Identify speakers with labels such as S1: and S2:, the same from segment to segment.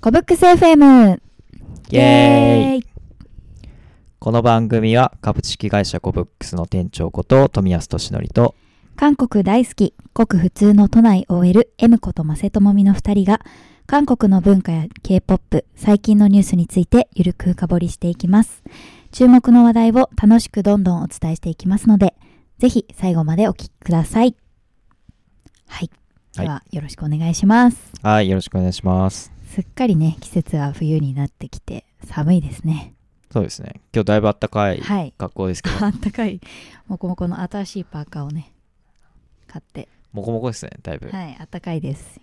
S1: コブックス FM!
S2: イエーイ
S1: イ
S2: この番組は株式会社コブックスの店長こと富安俊則と
S1: 韓国大好き、ごく普通の都内 OL、M ことマセトモミの2人が、韓国の文化や K-POP、最近のニュースについてゆるく深掘りしていきます。注目の話題を楽しくどんどんお伝えしていきますので、ぜひ最後までお聞きください。はい。
S2: は
S1: で
S2: い
S1: は、よろしくお願いします。
S2: はいよろしくお願いします
S1: すっかりね、季節は冬になってきて、寒いですね。
S2: そうですね今日だいぶあったかい
S1: はい。
S2: 学校ですけど、
S1: あったかいもこもこの新しいパーカーをね買って
S2: もこもこですねだいぶ、
S1: はいあったかいです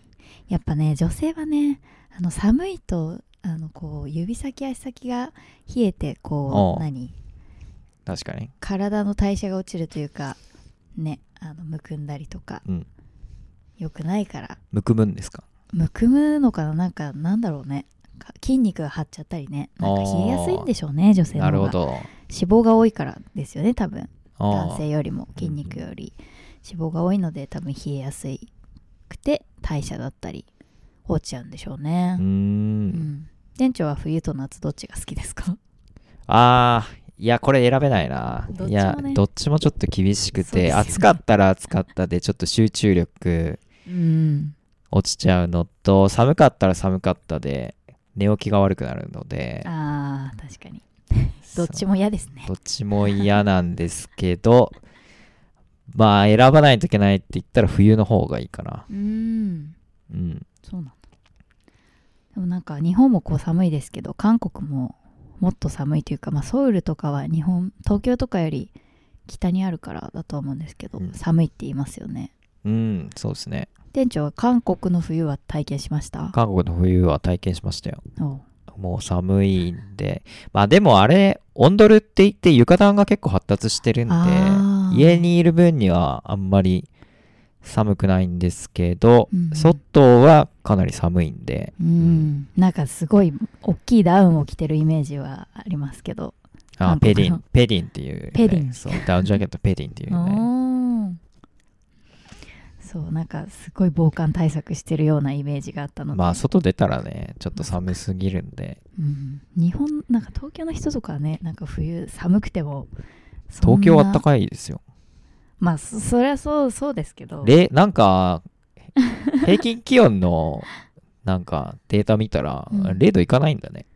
S1: やっぱね女性はねあの寒いとあのこう指先足先が冷えてこ
S2: お
S1: う
S2: う
S1: 何
S2: 確かに
S1: 体の代謝が落ちるというかねあのむくんだりとか
S2: うん
S1: 良くないから
S2: むくむんですか
S1: むくむのかななんかなんだろうねか筋肉が張っちゃったりねなんか冷えやすいんでしょうね女性の
S2: なる
S1: 方
S2: ほ
S1: が
S2: ど
S1: 脂肪が多いからですよね多分
S2: あ
S1: 男性よりも筋肉より脂肪が多いので多分冷えやすくて代謝だったり落ちちゃうんでしょう
S2: あ
S1: ね
S2: うー、
S1: うん
S2: ん
S1: 店長は冬と夏どっちが好きですか
S2: あーいやこれ選べないな、
S1: どっちもね
S2: いやどっちもちょっと厳しく
S1: そうです
S2: て、
S1: よね
S2: 暑かったら暑かったでちょっと集中力
S1: うん
S2: 落ちちゃうのと寒かったら寒かったで寝起きが悪くなるので
S1: あー確かにどっちも嫌ですね
S2: どっちも嫌なんですけど、 まあ選ばないといけないって言ったら冬の方がいいかな。
S1: うん
S2: うん。
S1: そうなんだでもなんか日本もこう寒いですけど韓国ももっと寒いというか、まあ、ソウルとかは日本東京とかより北にあるからだとは思うんですけど、
S2: うん
S1: 寒いって言いますよね
S2: うん、そうですね。
S1: 店長は韓国の冬は体験しました
S2: 韓国の冬は体験しましたよ。
S1: お
S2: もう寒いんで。まあでもあれ、オンドルって言って床暖が結構発達してるんで
S1: あ、ー
S2: 家にいる分にはあんまり寒くないんですけど、
S1: うん
S2: 外はかなり寒いんで、
S1: うん、なんかすごい大きいダウンを着てるイメージはありますけど、
S2: あ
S1: 韓
S2: ペ
S1: 国
S2: ディ
S1: の
S2: ン、ペディンっていう、ね。
S1: ペディン
S2: そう、ダウンジャケットペディンっていうね。
S1: おーそうなんかすごい防寒対策してるようなイメージがあったので、
S2: まあ外出たらね、ちょっと寒すぎるんで、
S1: うん、日本なんか東京の人とかはねなんか冬寒くてもそんな
S2: 東京はあったかいですよ。
S1: まあそそりゃそうそうですけど
S2: で、なんか、平均気温の、なんか、データ見たら、
S1: うん
S2: 0度いかないんだね。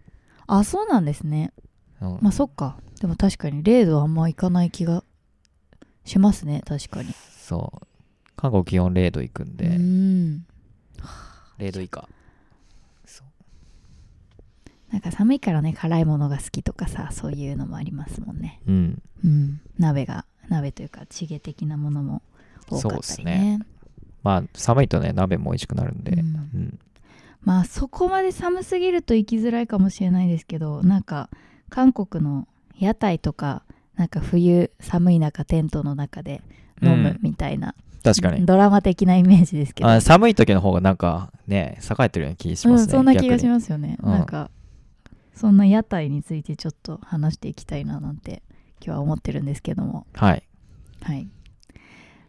S1: あそうなんですね
S2: うん
S1: まあそっかでも確かに0度あんまいかない気がしますね確かに
S2: そう。韓国気温0度いくん
S1: う
S2: で、
S1: ん
S2: 0度以下。そう
S1: なんか寒いからね辛いものが好きとかさそういうのもありますもんね、
S2: うん。
S1: うん、鍋が鍋というかチゲ的なものも多か
S2: そう
S1: っ
S2: ったす
S1: りね
S2: ねまあ、寒いとね、鍋も美味しくなるんで、
S1: う
S2: うんん。
S1: まあそこまで寒すぎると行きづらいかもしれないですけどなんか韓国の屋台とかなんか冬寒い中テントの中で飲
S2: う
S1: む
S2: ん
S1: みたいな、
S2: 確かに。
S1: ドラマ的なイメージですけど
S2: あ寒い時の方がなんかね、栄えてるような気し
S1: う
S2: ま
S1: ん、
S2: すね。
S1: そんな気がし
S2: す。
S1: ますよね、
S2: うん
S1: なんかそんな屋台についてちょっと話していきたいななんて今日は思ってるんですけども
S2: はい。
S1: はい。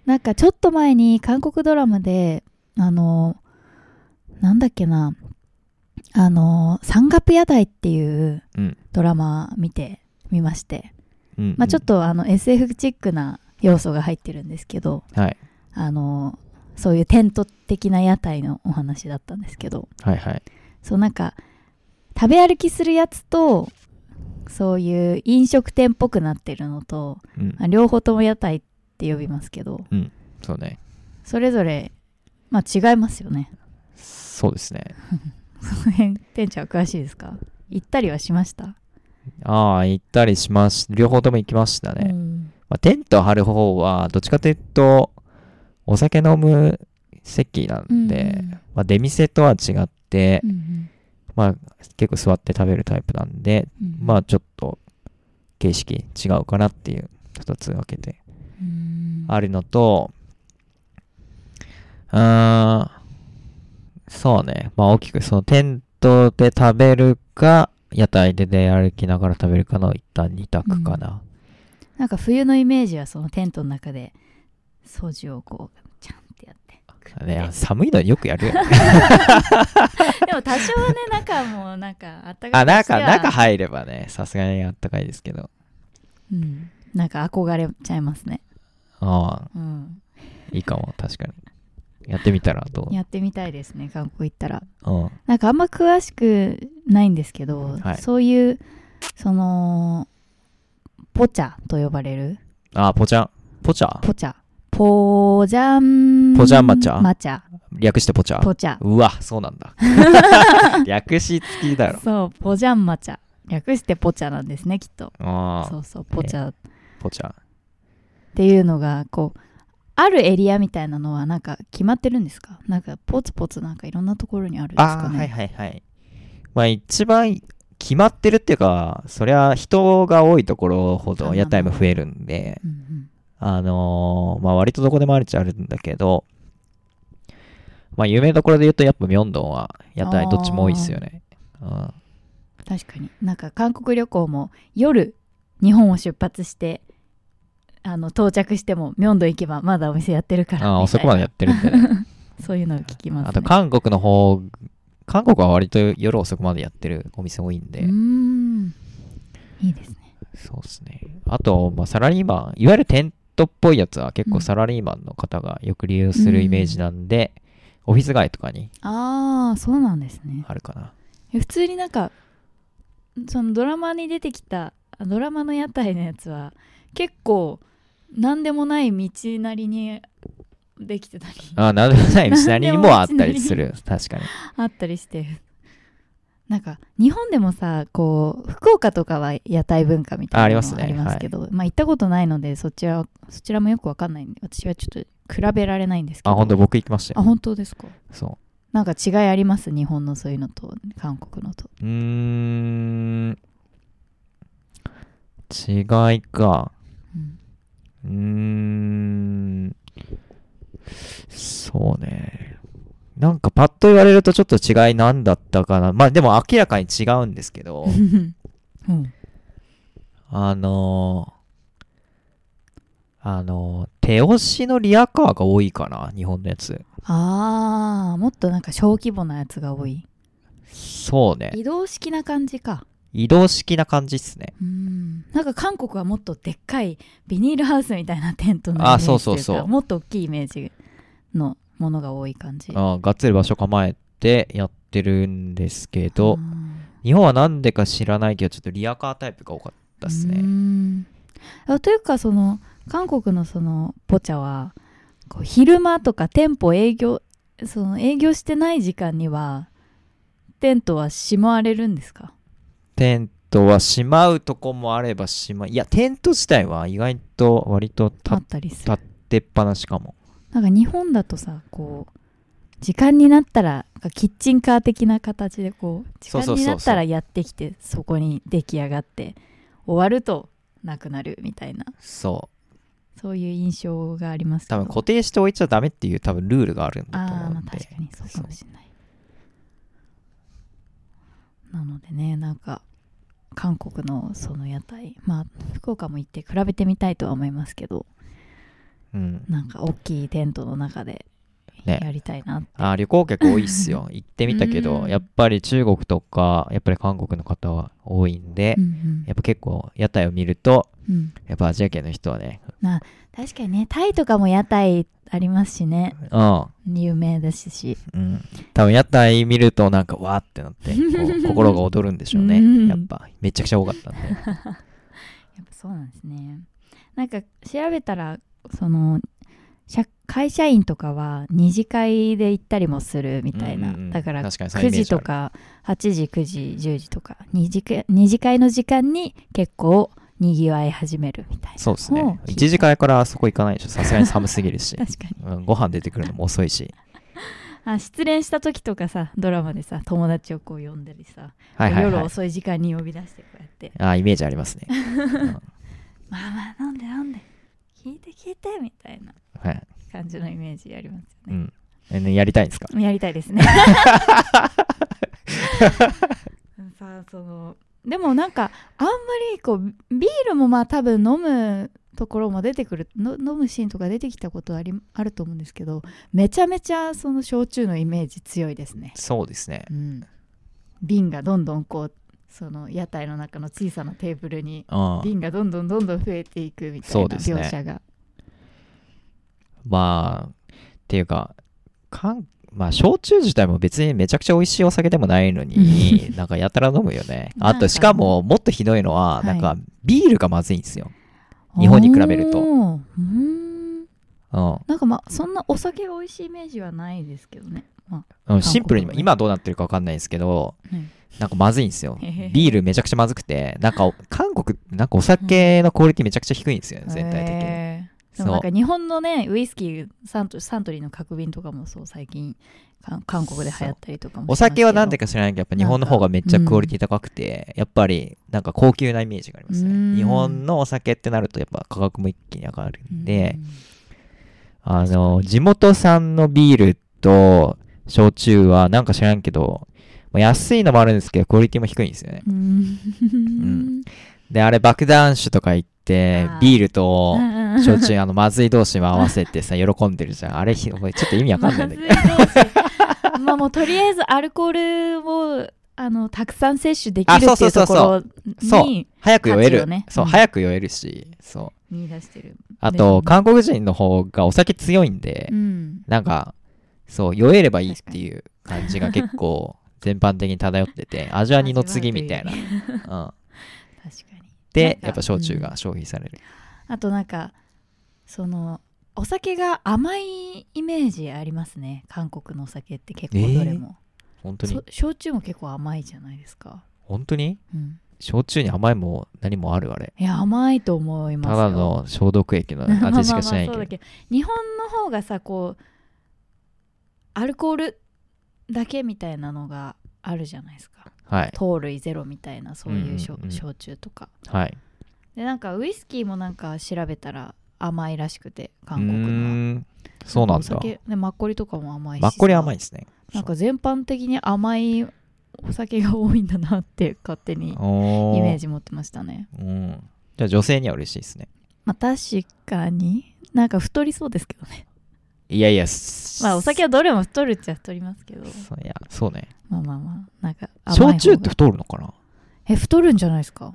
S1: なんかちょっと前に韓国ドラマで、あの、なんだっけな、あの、山岳屋台っていう
S2: うん
S1: ドラマ見て、見まして、
S2: うん
S1: まあちょっ、とあの SF チックな要素が入ってるんですけど、
S2: うんはい。
S1: あの、そういうテント的な屋台のお話だったんですけど、
S2: はいはい。
S1: そうなんか食べ歩きするやつと、そういう飲食店っぽくなってるのと、
S2: うん
S1: まあ。両方とも屋台って呼びますけど、
S2: そうね。
S1: それぞれ、まあ、違いますよね。
S2: そうですね。
S1: その辺、店長は詳しいですか行ったりはしました。
S2: ああ、行ったりします。両方とも行きましたね。
S1: うん
S2: まあ、テント張る方は、どっちかというと、お酒飲む席なんで、まあ、出店とは違って、
S1: うんうん
S2: まあ、結構座って食べるタイプなんで、
S1: うん
S2: まあ、ちょっと、形式違うかなっていう、二つ分けて
S1: うん
S2: あるのと、うーん、そうね。まあ、大きく、その、テントで食べるか、屋台で出歩きながら食べるかの一旦二択かな。
S1: なんか冬のイメージはそのテントの中で掃除をこうちゃんってやって
S2: ねあ寒いのによくやるよね。
S1: でも多少はね、中もなんかあったか
S2: あ、
S1: くしては
S2: 中、中入ればね、さすがにあったかいですけど。
S1: うん。なんか憧れちゃいますね。
S2: ああ、
S1: うん。
S2: いいかも、確かに。やってみたらどう
S1: やってみたいですね、観光行ったら。
S2: うん。
S1: なんかあんま詳しくないんですけど、
S2: はい
S1: そういう、その、ポチャと呼ばれる、
S2: あ、ポチャ。ポチャ
S1: ポチャ。ポジャン。
S2: ポジャンマチャ
S1: マチャ。
S2: 略してポチャ
S1: ポチャ。
S2: うわ、そうな んだ。略しつきだろ。
S1: そう、ポジャンマチャ。略してポチャなんですね、きっと。
S2: あ
S1: そ
S2: あ、
S1: うそう、ポチャっ
S2: ポチャ。
S1: ていうのが、こう、あるエリアみたいなのは、なんか決まってるんですかなんか、ポツポツなんかいろんなところにあるんです
S2: あ
S1: か
S2: ーはい
S1: ね。
S2: はいはい。まあ一番決まってるっていうか、そりゃ人が多いところほど屋台も増えるんで、
S1: うんうん
S2: あのーまあ割とどこでもあるっちゃあるんだけど、まあ有名どころで言うとやっぱミョンドンは屋台どっちも多いですよね。うん、
S1: 確かになんか韓国旅行も夜日本を出発してあの到着してもミョンドン行けばまだお店やってるから
S2: あ
S1: みた
S2: あ、遅
S1: い
S2: く
S1: な
S2: までやってるんで、ね。
S1: そういうのを聞きます、ね、
S2: あと韓国の方、韓国は割と夜遅くまでやってるお店多いんで、
S1: うーんいいですね
S2: そうですね。あと、まあ、サラリーマン、いわゆるテントっぽいやつは結
S1: う
S2: 構
S1: ん
S2: サラリーマンの方がよく利用するイメージなんで、オフィス街とかに
S1: ああそうなんですね
S2: あるかな。
S1: え普通になんかそのドラマに出てきたあドラマの屋台のやつは結構何でもない道なりにできてたり
S2: あなんでもない道 なりにもあったりす
S1: なん
S2: る。確かに。
S1: あったりしてなんか日本でもさこう福岡とかは屋台文化みたいなの
S2: あありますね
S1: ありますけどまあ行ったことないのでそちらはそちらもよくわかんないんで私はちょっと比べられないんですけど
S2: あ、本当僕行きました
S1: あ
S2: よ。
S1: 本当ですか
S2: そ
S1: なんか違いあります日本のそういうのと韓国のと
S2: う。うーん。違いか。
S1: うん
S2: うーん。そうね。なんかパッと言われるとちょっと違いなんだったかな。まあでも明らかに違うんですけど。
S1: うん
S2: あのー、あのー、手押しのリアカーが多いかな、日本のやつ。
S1: あーもっとなんか小規模なやつが多い
S2: そうね。
S1: 移動式な感じか
S2: 移動式な感じっすね。
S1: うんなんか韓国はもっとでっかいビニールハウスみたいなテントのイメージ
S2: あそうそうそう
S1: といかもっと大きいイメージのものが多い感じ
S2: あーがっつり場所構えてやってるんですけど
S1: う、ん
S2: 日本はなんでか知らないけど、ちょっとリアカータイプが多かったっす
S1: う
S2: ね。
S1: んあというかその韓国のそのポチャはこう昼間とか店舗営業その営業してない時間にはテントはしまわれるんですか
S2: テントはしまうとこもあればしまいや、テント自体は意外と割と
S1: あ
S2: 立っ
S1: ったりす
S2: た
S1: る
S2: てっぱなしかも。
S1: なんか日本だとさこう時間になったらなんかキッチンカー的な形でこう時
S2: そう
S1: 間
S2: そうそうそ
S1: に
S2: う
S1: なったらやってきてそこに出来上がって終わるとなくなるみたいな
S2: そう。
S1: そういう印象がありますけ
S2: 多
S1: ど
S2: 分固定しておいちゃダメっていう多分ルールがあるんだと
S1: ああ
S2: 思
S1: ーま
S2: う
S1: あ
S2: んで。
S1: 確かにそうかもしれないなのでねなんか韓国のその屋台まあ福岡も行って比べてみたいとは思いますけど
S2: うん。
S1: なんか大きいテントの中で
S2: ね
S1: やりたいなって、
S2: あー旅行客多いっす よ。行ってみたけ
S1: う
S2: ど、
S1: ん
S2: やっぱり中国とか、やっぱり韓国の方は多いんで
S1: う、ん
S2: やっぱ結構屋台を見ると、
S1: うんうん、
S2: やっぱアジア系の人はね、
S1: 確かにねタイとかも屋台ありますしね
S2: うん、
S1: 有名ですし
S2: うん。多分屋台見るとなんかわーって なって、こう心が躍るんでしょう
S1: うん
S2: ね。やっぱ、めちゃくちゃ多かったんで。
S1: やっぱそうなんですねなんか調べたらその社会社員とかは二次会で行ったりもするみたいな、
S2: うんうんうん
S1: だから
S2: 確かにその
S1: 9
S2: イメ
S1: 時
S2: ージ
S1: と
S2: ある
S1: か8時9時10時とか二次会二次会の時間に結構にぎわい始めるみたいな
S2: そうで
S1: お
S2: す
S1: う。
S2: ね。一時間からあそこ行かないでしょ。さすがに寒すぎるし
S1: 確かに
S2: うん、ご飯出てくるのも遅いし。
S1: あ失恋した時とかさドラマでさ友達をこう呼んだりさ、
S2: はいはい
S1: 夜
S2: はい。
S1: 遅い時間に呼び出してこうやって
S2: あーイメージあります ね。うん
S1: 「まあまあ飲んで飲んで聞いて聞いて」みたいな
S2: はい。
S1: 感じのイメージありますよ
S2: う
S1: ね、
S2: ん。えねやりたいんですか
S1: やりたいですねさあそのでもなんかあんまりこうビールもまあ多分飲むところも出てくるの飲むシーンとか出てきたことありあると思うんですけどめちゃめちゃその焼酎のイメージ強いですね、
S2: そうですね
S1: う。ん、瓶がどんどんこうその屋台の中の小さなテーブルに
S2: うん。
S1: 瓶がどんどんどんどん増えていくみた
S2: そ
S1: いうな
S2: ですね
S1: 描写が、
S2: まあ、っていうか、かんまあ、焼酎自体も別にめちゃくちゃ美味しいお酒でもないのに、なんかやたら飲むよ ね。
S1: な
S2: あ
S1: ん
S2: と、
S1: か
S2: しかも、もっとひどいのは、
S1: はい
S2: なんか、ビールがまずいんですよ。日本に比べると
S1: おーうーん
S2: うん。
S1: なんかまあそんなお酒が美味しいイメージはないですけどね、まあ
S2: うんシンプルに、
S1: 韓国のね
S2: 今どうなってるかわかんないですけど、
S1: うん
S2: なんかまずいんですよ
S1: へへへ。
S2: ビールめちゃくちゃまずくて、なんか、韓国、なんかお酒のクオリティめちゃくちゃ低いんですよね、全体的に。
S1: へーで
S2: そう
S1: もなんか日本のねウイスキーサントサントリーの角瓶とかもそう最近か韓国で流行ったりとかもし
S2: お
S1: ますけど
S2: 酒はなんでか知らないけど、やっぱ日本の方がめっちゃクオリティ高くて、やっぱりなんか高級なイメージがあります
S1: うん
S2: ね。日本のお酒ってなると、やっぱ価格も一気に上がるんで、あの、地元産のビールと焼酎はなんか知らんけど、まあ安いのもあるんですけど、クオリティも低いんですよね。
S1: うんうん
S2: で、あれ爆弾酒とか言って
S1: あー、
S2: ビールと
S1: うんうん
S2: 焼酎、あの、まずい同士も合わせてさ、喜んでるじゃん。あれ、ひお前ちょっと意味わかんないんだけど。
S1: まずい同士まあもうとりあえずアルコールをあのたくさん摂取できる
S2: あ
S1: って
S2: そ
S1: いうう
S2: そ
S1: と
S2: う
S1: こ
S2: そうそ
S1: ろ
S2: そう
S1: に
S2: 早く酔え
S1: 価値
S2: る
S1: を。ね
S2: そう、
S1: うん
S2: 早く酔えるし、そう。
S1: 見出してる、
S2: あ
S1: ですよ
S2: と、
S1: ね
S2: 韓国人の方がお酒強いんで、
S1: うん、
S2: なんか、そう、酔えればいいっていう感じが結構、全般的に漂ってて、アジアニの次みたいな。うん。
S1: 確かに
S2: で、
S1: なんか
S2: やっぱ焼酎が消費される。
S1: あとなんかそのお酒が甘いイメージありますね韓国のお酒って結構どれも、
S2: 本当に
S1: そ焼酎も結構甘いじゃないですか、
S2: 本当に
S1: うん、
S2: 焼酎に甘いも何もあるあれ。
S1: いや甘いと思います
S2: た
S1: よ
S2: だの消毒液の味しかしない
S1: まあまあまあそうだけ
S2: け
S1: ど日本の方がさこうアルコールだけみたいなのがあるじゃないですか
S2: ど。はい。
S1: 糖類ゼロみたいなそういうしょ、
S2: うんうんうん
S1: 焼酎とか
S2: はい。
S1: でなんかウイスキーもなんか調べたら甘いらしくて
S2: う
S1: 韓国のは
S2: ーん。そうなん
S1: お
S2: だ。
S1: 酒ねマッコリとかも甘いし
S2: マッコリ甘
S1: い
S2: いですね。
S1: なんか全般的に甘いお酒が多いんだなって勝手にイ
S2: お
S1: メージ持ってましたね
S2: うん。じゃあ女性には嬉しいですね。
S1: まあ確かになんか太りそうですけどね
S2: いやいや、
S1: まあお酒
S2: は。
S1: はどれも太るっちゃ太りますけど
S2: そういや、そうね。
S1: まあまあまあなんか甘い方が
S2: 焼酎って太るのかな
S1: え太るんじゃないですか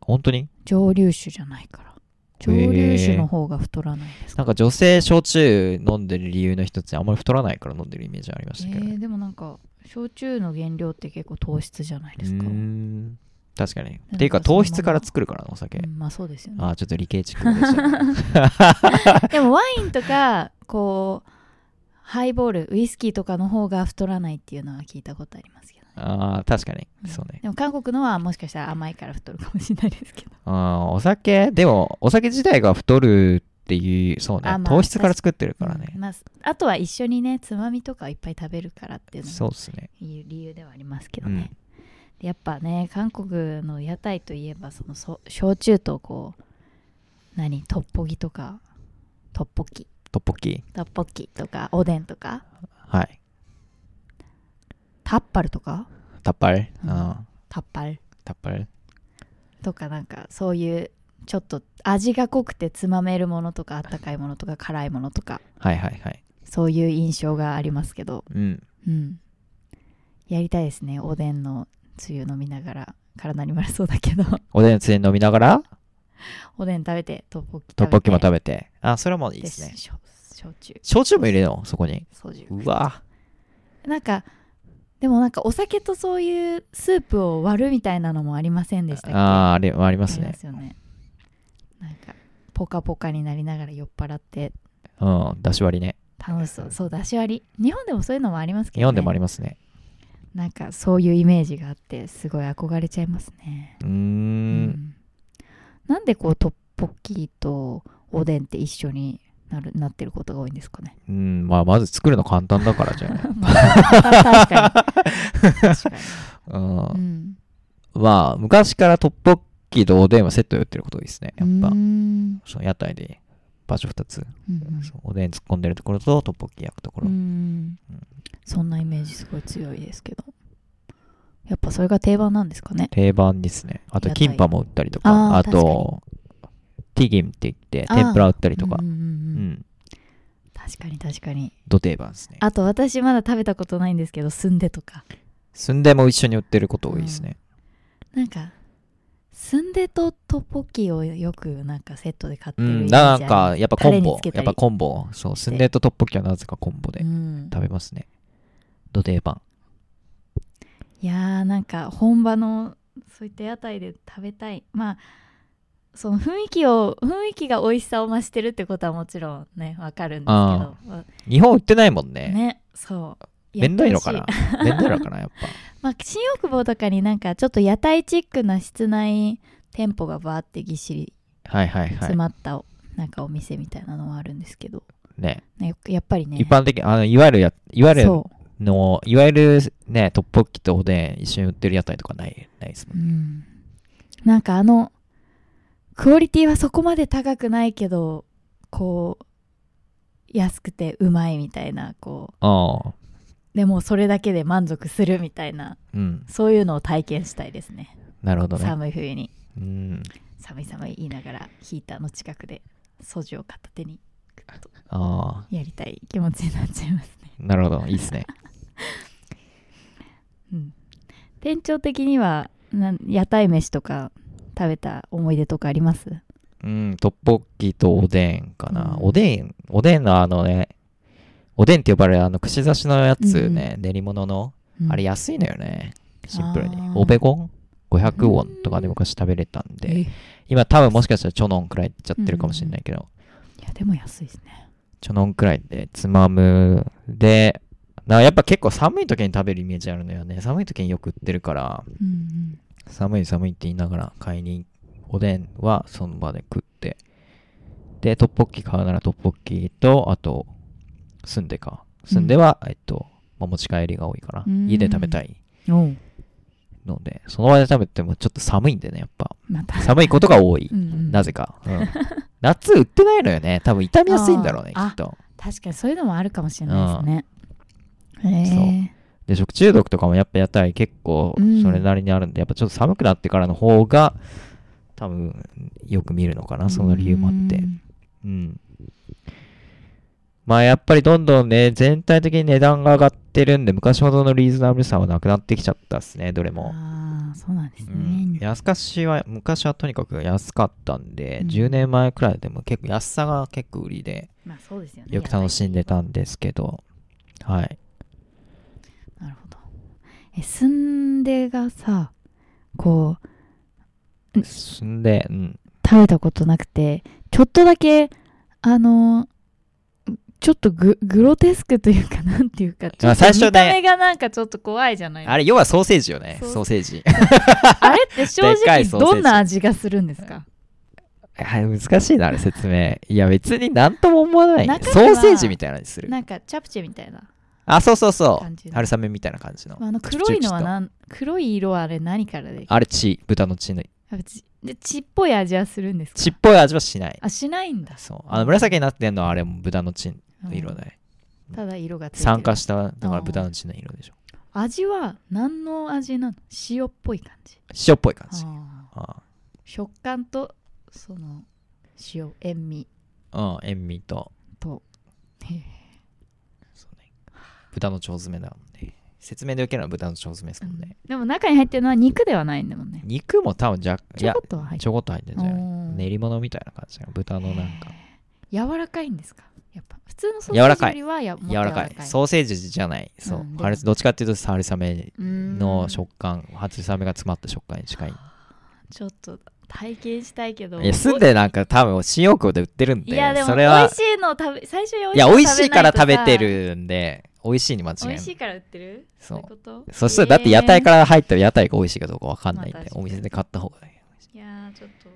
S2: 本当に
S1: 蒸留酒じゃないから蒸留酒の方が太らないです
S2: なん
S1: か、
S2: か女性焼酎飲んでる理由の一つにあんまり太らないから飲んでるイメージありましたけど。
S1: えーでもなんか焼酎の原料って結構糖質じゃないですか、
S2: うー
S1: うん
S2: ん確かに。
S1: か
S2: っていうか
S1: そのま
S2: 糖
S1: ま
S2: 質から作るからなお酒。
S1: まあそうですよね
S2: あーちょっと理系チックなことで したね
S1: でもワインとかこうハイボールウイスキーとかの方が太らないっていうのは聞いたことありますけど、ね
S2: あー確かに。そうね。
S1: でも韓国のはもしかしたら甘いから太るかもしれないですけど
S2: あーお酒、でもお酒自体が太るっていう、そうね
S1: あ。まあ
S2: 糖質から作ってるから
S1: うん
S2: ね。
S1: まあ、あとは一緒にねつまみとかをいっぱい食べるからっていうの
S2: そう
S1: も
S2: ですね。
S1: いう理由ではありますけど
S2: う
S1: ね
S2: ん、。
S1: でやっぱね韓国の屋台といえばそのそ焼酎とこう何トッポギとかトッポッキ
S2: トッポッキ。
S1: トッポッキとかおでんとか
S2: はい。
S1: タッパルとか
S2: タッパル。
S1: う
S2: うんん。
S1: タッパル
S2: タッパル。
S1: とかなんかそういうちょっと味が濃くてつまめるものとかあったかいものとか辛いものとか
S2: はいはいはい。
S1: そういう印象がありますけど、
S2: うん。
S1: うん、やりたいですねおでんのつゆ飲みながら体に悪そうだけど
S2: おでんのつゆ飲みながら、
S1: おでん食べてトッポッキ食べて
S2: トッポッキも食べて。あ、それもいいですね
S1: で。しょ焼酎
S2: 焼酎も入れるのそこに。
S1: ソジュ
S2: うわ
S1: なんかでもなんかお酒とそういうスープを割るみたいなのもありませんでしたっけ
S2: あーあれ、あります
S1: あり
S2: ね
S1: ま。すよねなんかポカポカになりながら酔っ払って
S2: うん。出し割りね。
S1: 楽しそうそう出し割り日本でもそういうのもありますけど、ね、
S2: 日本でもありますね。
S1: なんかそういうイメージがあってすごい憧れちゃいますね
S2: うー。
S1: うんなんでこうトッポッキーとおでんって一緒になるなってることが多いんですか ね
S2: うん。まあ、まず作るの簡単だからじ ゃない。
S1: まあ確かに 確か
S2: うん
S1: に、う。ん、
S2: まあ、昔からトッポッキとおでんはセットで売ってることが多いですね。やっ
S1: う
S2: ぱ
S1: ー、ん
S2: その屋台で場所2つ、
S1: うんうん
S2: そうおでん突っ込んでるところとトッポッキ焼くところ。
S1: うんそんなイメージすごい強いですけどやっぱそれが定番なんですかね
S2: 定番ですね。あと、
S1: 屋台
S2: キンパも売ったりと
S1: あー
S2: か、あ
S1: 確
S2: と、ティギムって言って
S1: あー
S2: 天ぷら売ったりとか
S1: うんうん
S2: う、
S1: うんんうん確かに確かに
S2: ど定番ですね
S1: あと私まだ食べたことないんですけどすんでとか
S2: 寸でも一緒に売ってること多いですね、
S1: なんかすんでとトッポッキをよくなんかセットで買って
S2: う
S1: る
S2: ん
S1: イメージあ
S2: な
S1: る
S2: んかやっぱコ
S1: タ
S2: ン
S1: レに
S2: ボ
S1: つけた
S2: やっ
S1: り
S2: ぱコンボそうスンデとトッポッキはなぜかコンボで
S1: うん
S2: 食べますねど定番
S1: いやーなんか本場のそういった屋台で食べたいまあその雰囲気を雰囲気が美味しさを増してるってことはもちろんねわかるんですけど
S2: あ
S1: わ
S2: 日本売ってないもんね
S1: ねそう
S2: めんどいのか
S1: や
S2: な
S1: ってほし
S2: めんどいのかなやっぱ
S1: まあ、新大久保とかになんかちょっと屋台チックな室内店舗がバーってぎっしり
S2: はいはいは
S1: 詰
S2: い
S1: まった、なんかお店みたいなのはあるんですけど、
S2: ね
S1: ね、やっぱりね
S2: 一般的あのいわゆるやいわゆる
S1: そ
S2: のいわゆるねトッポッキとおでん一緒に売ってる屋台とかないないですも
S1: う、うんん、なんかあのクオリティはそこまで高くないけどこう安くてうまいみたいなこ
S2: ああ
S1: うでもそれだけで満足するみたいな
S2: うん
S1: そういうのを体験したいですね
S2: なるほどね
S1: 寒い冬に
S2: うん
S1: 寒い寒い言いながらヒーターの近くでソジュを片手にグッと
S2: ああ
S1: やりたい気持ちになっちゃいますね、
S2: なるほどいいですね
S1: うん、店長的にはなん屋台飯とか食べた思い出とかあります
S2: うん、トッポッキとおでんかな。
S1: うん
S2: おでん、おでんのあのね、おでんって呼ばれるあの串刺しのやつね、練り物の、あれ
S1: や
S2: 安いのよね。シンプルに
S1: あー。
S2: オベゴン ?500 ウォンとかで昔食べれたんで、
S1: い
S2: 今多分もしかしたらチョノンくらいいっちゃってるかもしれないけど、
S1: やでも安いですね
S2: チョノンくらいでつまむで、なやっぱ結構寒い時に食べるイメージあるのよね。寒い時によく売ってるから、
S1: うん
S2: 寒い寒いって言いながら買いにおでんはその場で食ってでトッポッキ買うならトッポッキとあと住んでか住んでは、えっと、まあ、持ち帰りが多いから
S1: うん
S2: 家で食べたい
S1: うんおう
S2: のでその場で食べてもちょっと寒いんでねやっぱ
S1: また
S2: 寒いことが多い、
S1: うんうん
S2: なぜか、うん夏売ってないのよね多分傷みやすいんだろうねき
S1: あー
S2: っと
S1: 確かにそういうのもあるかもしれないですね
S2: そう
S1: へ
S2: で食中毒とかもやっぱ屋台結構
S1: うん
S2: それなりにあるんで、やっぱちょっと寒くなってからの方が多分よく見るのかな
S1: え
S2: その理由もあってうん。まあやっぱりどんどんね、全体的に値段が上がってるんで、昔ほどのリーズナブルさはなくなってきちゃったっすね、どれも。
S1: ああそうなんです
S2: う
S1: ね、
S2: ん、安かしは、昔はとにかく安かったんで、
S1: うん
S2: 10年前くらいでも結構安さが結構売りで、
S1: まあそうですよね
S2: よく楽しんでたんですけど、はい。
S1: なるほど。え、すんでがさ、こう、うん
S2: すんで、うん。
S1: 食べたことなくて、ちょっとだけ、あのー、ちょっとググロテスクというか、なんていうか、ちょっと
S2: 最初ね
S1: 見た目がなんかちょっと怖いじゃない
S2: あれ、要はソーセージよね、
S1: そう
S2: ソーセー ジ。
S1: あれって正
S2: でか
S1: 直
S2: いソーセージ
S1: どんな味がするんですか
S2: はい、難しいな、あれ説明。いや、別になんとも思わない。
S1: 中
S2: ソ
S1: 身は
S2: ーセージみたいなのにする。
S1: なんかチャプチェみたいな
S2: あ、そうそうそ
S1: 感じ
S2: う。
S1: の
S2: 春雨みたいな感じの。
S1: あの黒いのは
S2: チュチュチュっと
S1: なん黒い色はあれ何からで
S2: あれ血、豚の血の
S1: やっぱ血で血っぽい味はするんですか
S2: 血っぽい味はしない。
S1: あしないんだ
S2: そう。あの紫になってんのはあれも豚の血
S1: うん
S2: の色だね。
S1: ただ色がついてる
S2: 酸化した、だから豚の血の色でしょ。
S1: 味は何の味なの塩っぽい感じ
S2: 塩っぽい感じ。
S1: あー
S2: あ
S1: 食感とその塩塩味
S2: あうん、塩味と、
S1: と
S2: そうね。豚の腸詰めだもんね。説明で受けるのは豚の腸詰めですもんね。
S1: でも中に入ってるのは肉ではないんだもんね
S2: 肉も多分若干、い
S1: ちょ
S2: や
S1: こ、っとは入っ
S2: ちょこっと入ってるんじゃ
S1: お
S2: な
S1: ー
S2: い練り物みたいな感じだよ豚のなんか。
S1: 柔らかいんですかやっぱ普通のソーセ
S2: 柔
S1: ー
S2: ら
S1: ジ
S2: か
S1: よ
S2: い
S1: りはやもっ
S2: 柔
S1: と
S2: らかい。ソーセージじゃない。そう
S1: う。ん
S2: あれどっちかっていうと、春雨
S1: うーん
S2: の食感、初雨が詰まった食感に近い。
S1: ちょっと体験したいけど
S2: いや、住んでなんか多分、新大久保で売ってるん
S1: い
S2: で、
S1: やでも
S2: そ
S1: 美
S2: れは
S1: 味、しいのを食べ最初に
S2: いや、美味し
S1: の
S2: いから食べて
S1: ないと
S2: るんで、美味しいに間違い
S1: さ
S2: な
S1: 美
S2: い
S1: 味し。いから売ってる
S2: そ
S1: そうういうこと、
S2: そしたら、だって屋台からら入ったら屋台が美味しいかどうかわかんないん
S1: まあ
S2: で
S1: 確、か
S2: お
S1: に
S2: 店で買った方がい
S1: えーいやーちょっと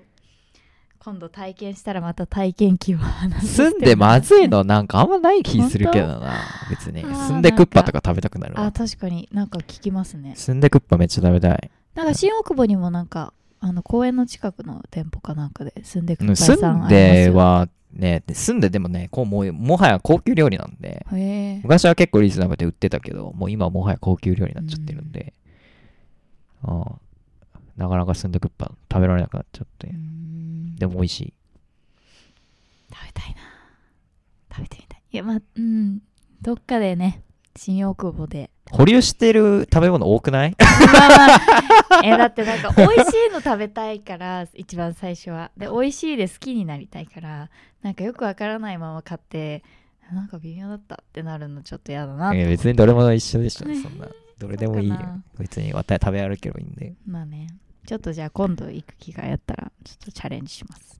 S1: 今度体験したらまた体験記を話
S2: い。
S1: して
S2: 住んでまずいのなんかあんまない気するけど な、別に。
S1: あー
S2: 住んでクッパとか食べたくなる
S1: あ
S2: わ。
S1: 確かになんか聞きますね
S2: 住んでクッパめっちゃ食べたい。
S1: なんか新大久保にもなんかあの公園の近くの店舗かなんかで住んでく
S2: うん
S1: るさ
S2: 住
S1: ん
S2: んでは、ね、住んででもね、こうもうもはや高級料理なんで、
S1: ありますよへえ
S2: 昔は結構リーズナブルで売ってたけど、もう今はもはや高級料理になっちゃってるんで、ああなかなかスンドゥクッパ食べられなくなっちゃって、
S1: うーん
S2: でも美味しい。
S1: 食べてみたいいやまあうんどっかでね新大久保で
S2: 保留してる食べ物多くない
S1: まあまあ えだってなんか美味しいの食べたいから一番最初はで美味しいで好きになりたいからなんかよくわからないまま買ってなんか微妙だったってなるのちょっと嫌だなと
S2: えー別にどれも一緒でしょ、そんな。どれでもいいよ
S1: そうかな。
S2: 別にわた食べ歩けばいいんで。
S1: まあねちょっとじゃあ今度行く機会あったらちょっとチャレンジします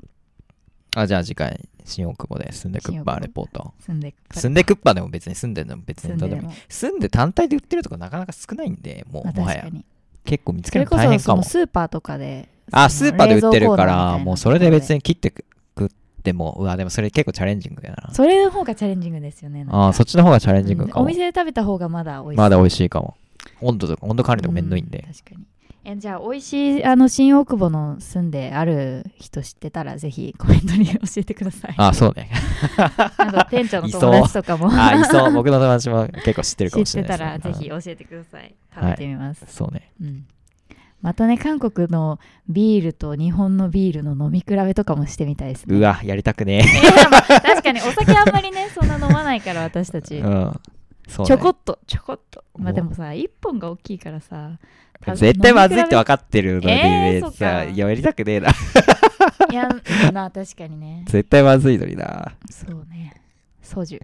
S2: あ、じゃあ次回、新大久保で、スンデクッパ
S1: 新大久保
S2: レポート。
S1: 住んでく
S2: スンデクッパでも別に住んでるのも別
S1: 住
S2: に
S1: ん
S2: どう
S1: で
S2: で
S1: で
S2: もいい
S1: も
S2: 住んで単体で売ってるとかなかなか少ないんで、も
S1: まあ
S2: うもは
S1: 確か
S2: や。
S1: に
S2: 結構見つ
S1: そ
S2: け
S1: れ
S2: る
S1: こ
S2: の
S1: そ
S2: 大変
S1: そ
S2: か
S1: の
S2: も。
S1: スーパーとかで
S2: あ、スーパーで売ってるか
S1: 冷蔵庫
S2: ら、
S1: の
S2: もうそれで別
S1: み
S2: に切ってく食っても、うわ、でもそれ結構チャレンジングだな。
S1: それの方がチャレンジングですよねなんか
S2: あーそっちの方がチャレンジング
S1: う
S2: か
S1: んお
S2: も。
S1: 店で食べた方がまだ美味しい
S2: まだ美味しいかも。温度とか、温度管理とかめんどいん
S1: う
S2: で。
S1: 確かにえじゃあ美味しいあの新大久保の住んである人知ってたらぜひコメントに教えてくださいあ
S2: あー、そうね。
S1: と店長の
S2: いそう
S1: 友達とかも
S2: あ、いそう。僕の友達も結構知ってるか
S1: 知
S2: も
S1: っ
S2: しれ
S1: て
S2: ない
S1: た
S2: で
S1: ら
S2: すね、
S1: ぜひ
S2: うん
S1: 教えてください食べてみます、
S2: そうね。
S1: うんまたね韓国のビールと日本のビールの飲み比べとかもしてみたい ですね
S2: うわ、やりたく
S1: い
S2: ね
S1: やまあ確かにお酒あんまり ねそんな飲まないから私た
S2: え。
S1: ち、
S2: うん。そうね
S1: ちょこっとちょこっとま
S2: も
S1: あ
S2: う
S1: でもさ1本が大きいからさ
S2: 絶対まずいって分かってるので、
S1: えーそっか
S2: さ、いや、やりたくねえな。
S1: いやまあ確かにね
S2: 絶対まずいのにな。
S1: そうねソジュ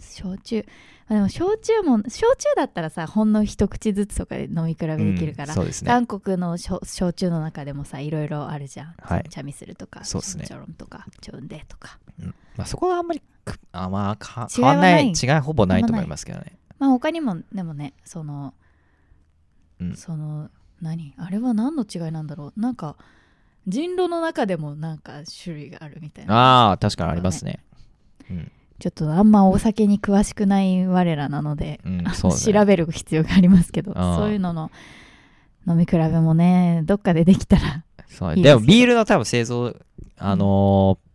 S1: 焼酎まあでも焼酎も焼酎だったらさほんの一口ずつとかで飲み比べできるから、
S2: うんそうですね。
S1: 韓国の焼焼酎の中でもさいろいろあるじゃん、
S2: はい
S1: チャミスルとか
S2: そうっすね
S1: チョロンとかチョウンデとか
S2: うんまあ、そこはあんまりく、あまあ、か
S1: 違い
S2: 変
S1: は
S2: わんな、
S1: ないい
S2: 違いほぼないと
S1: あんま
S2: 思
S1: ない
S2: いますけどね。
S1: まあ他にもでもねその、
S2: うん
S1: その何あれは何の違いなんだろうなんか人狼の中でもなんか種類があるみたいな
S2: ああ、確かにありますね。
S1: ちょっとあんまお酒に詳しくない我らなので、
S2: うん
S1: あの
S2: そうね
S1: 調べる必要がありますけど
S2: あー
S1: そういうのの飲み比べもねどっかでできたら
S2: そう
S1: いい
S2: でも
S1: ですけど
S2: ビールの多分製造、あのー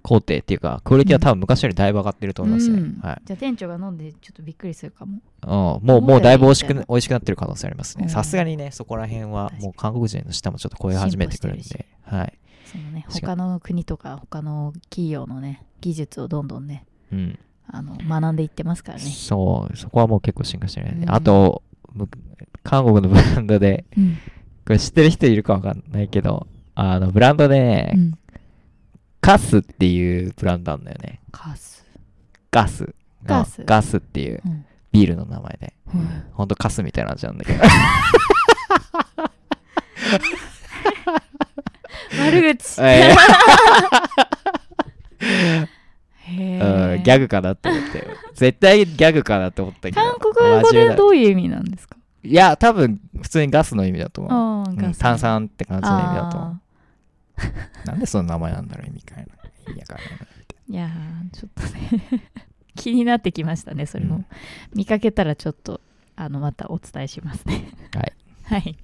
S2: 工程っていうか、クオリティは多分昔よりだいぶ上がってると思います
S1: う
S2: ね。
S1: ん
S2: はい
S1: じゃあ店長が飲んでちょっとびっくりするかも
S2: うん、もう、もうだいぶ美味しく
S1: 思
S2: な
S1: っ
S2: 美味しくなってる可能性あります
S1: う
S2: ね。
S1: ん
S2: さすがにね、そこら辺
S1: 確
S2: は
S1: かに
S2: もう韓国人の舌もちょっと超え始めてくるん
S1: 進歩
S2: で、はい。
S1: そのね
S2: 確か
S1: 他の国とか他の企業のね技術をどんどんね
S2: うん。
S1: あの学んでいってますからね、
S2: そう、そこはもう結構進化してるね。
S1: うん
S2: あと、む韓国のブランドで、これ知ってる人いるかわかんないけど、あの、ブランドでね、
S1: うん、
S2: ガスっていうブランドなんだよね。
S1: カス、
S2: ガス。
S1: ガス
S2: ガスっていう
S1: うん
S2: ビールの名前で。ほんとカスみたいな味なんだけど。
S1: 悪口
S2: え
S1: へ
S2: ー
S1: ー
S2: うんギャグかなって思って。絶対ギャグかなって思ったけど。
S1: 韓国語
S2: 真面目
S1: で
S2: だ
S1: どういう意味なんですか
S2: いや、多分、普通にガスの意味だと思う。
S1: あー
S2: うん
S1: ガス
S2: 炭酸って感じの意味だと思
S1: あ
S2: う。なんでその名前なんだろう、意味かいな。意味わかんない
S1: ーいやーちょっとね 気になってきましたねそれも、
S2: うん
S1: 見かけたらちょっとあのまたお伝えしますね
S2: はい
S1: はい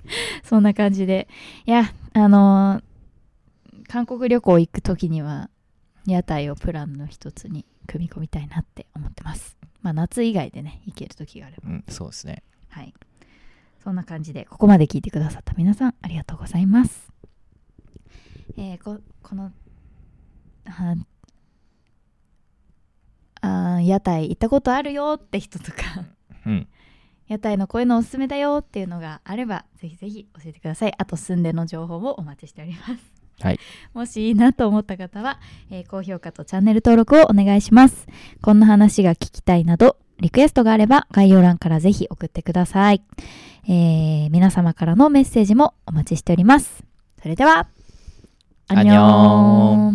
S1: そんな感じでいやあのー韓国旅行行く時には屋台をプランの一つに組み込みたいなって思ってますまあ夏以外でね行ける時があれば
S2: うん、そうですね。
S1: はい。そんな感じで、ここまで聞いてくださった皆さん、ありがとうございます。えーここの、はあー屋台行ったことあるよって人とか、
S2: うん。
S1: 屋台のこういうのおすすめだよっていうのがあれば、ぜひぜひ教えてください。あと、住んでの情報もお待ちしております。
S2: はい。
S1: もしいいなと思った方は、えー高評価とチャンネル登録をお願いします。こんな話が聞きたいなど、リクエストがあれば概要欄からぜひ送ってください。えー皆様からのメッセージもお待ちしております。それでは、
S2: アニョーン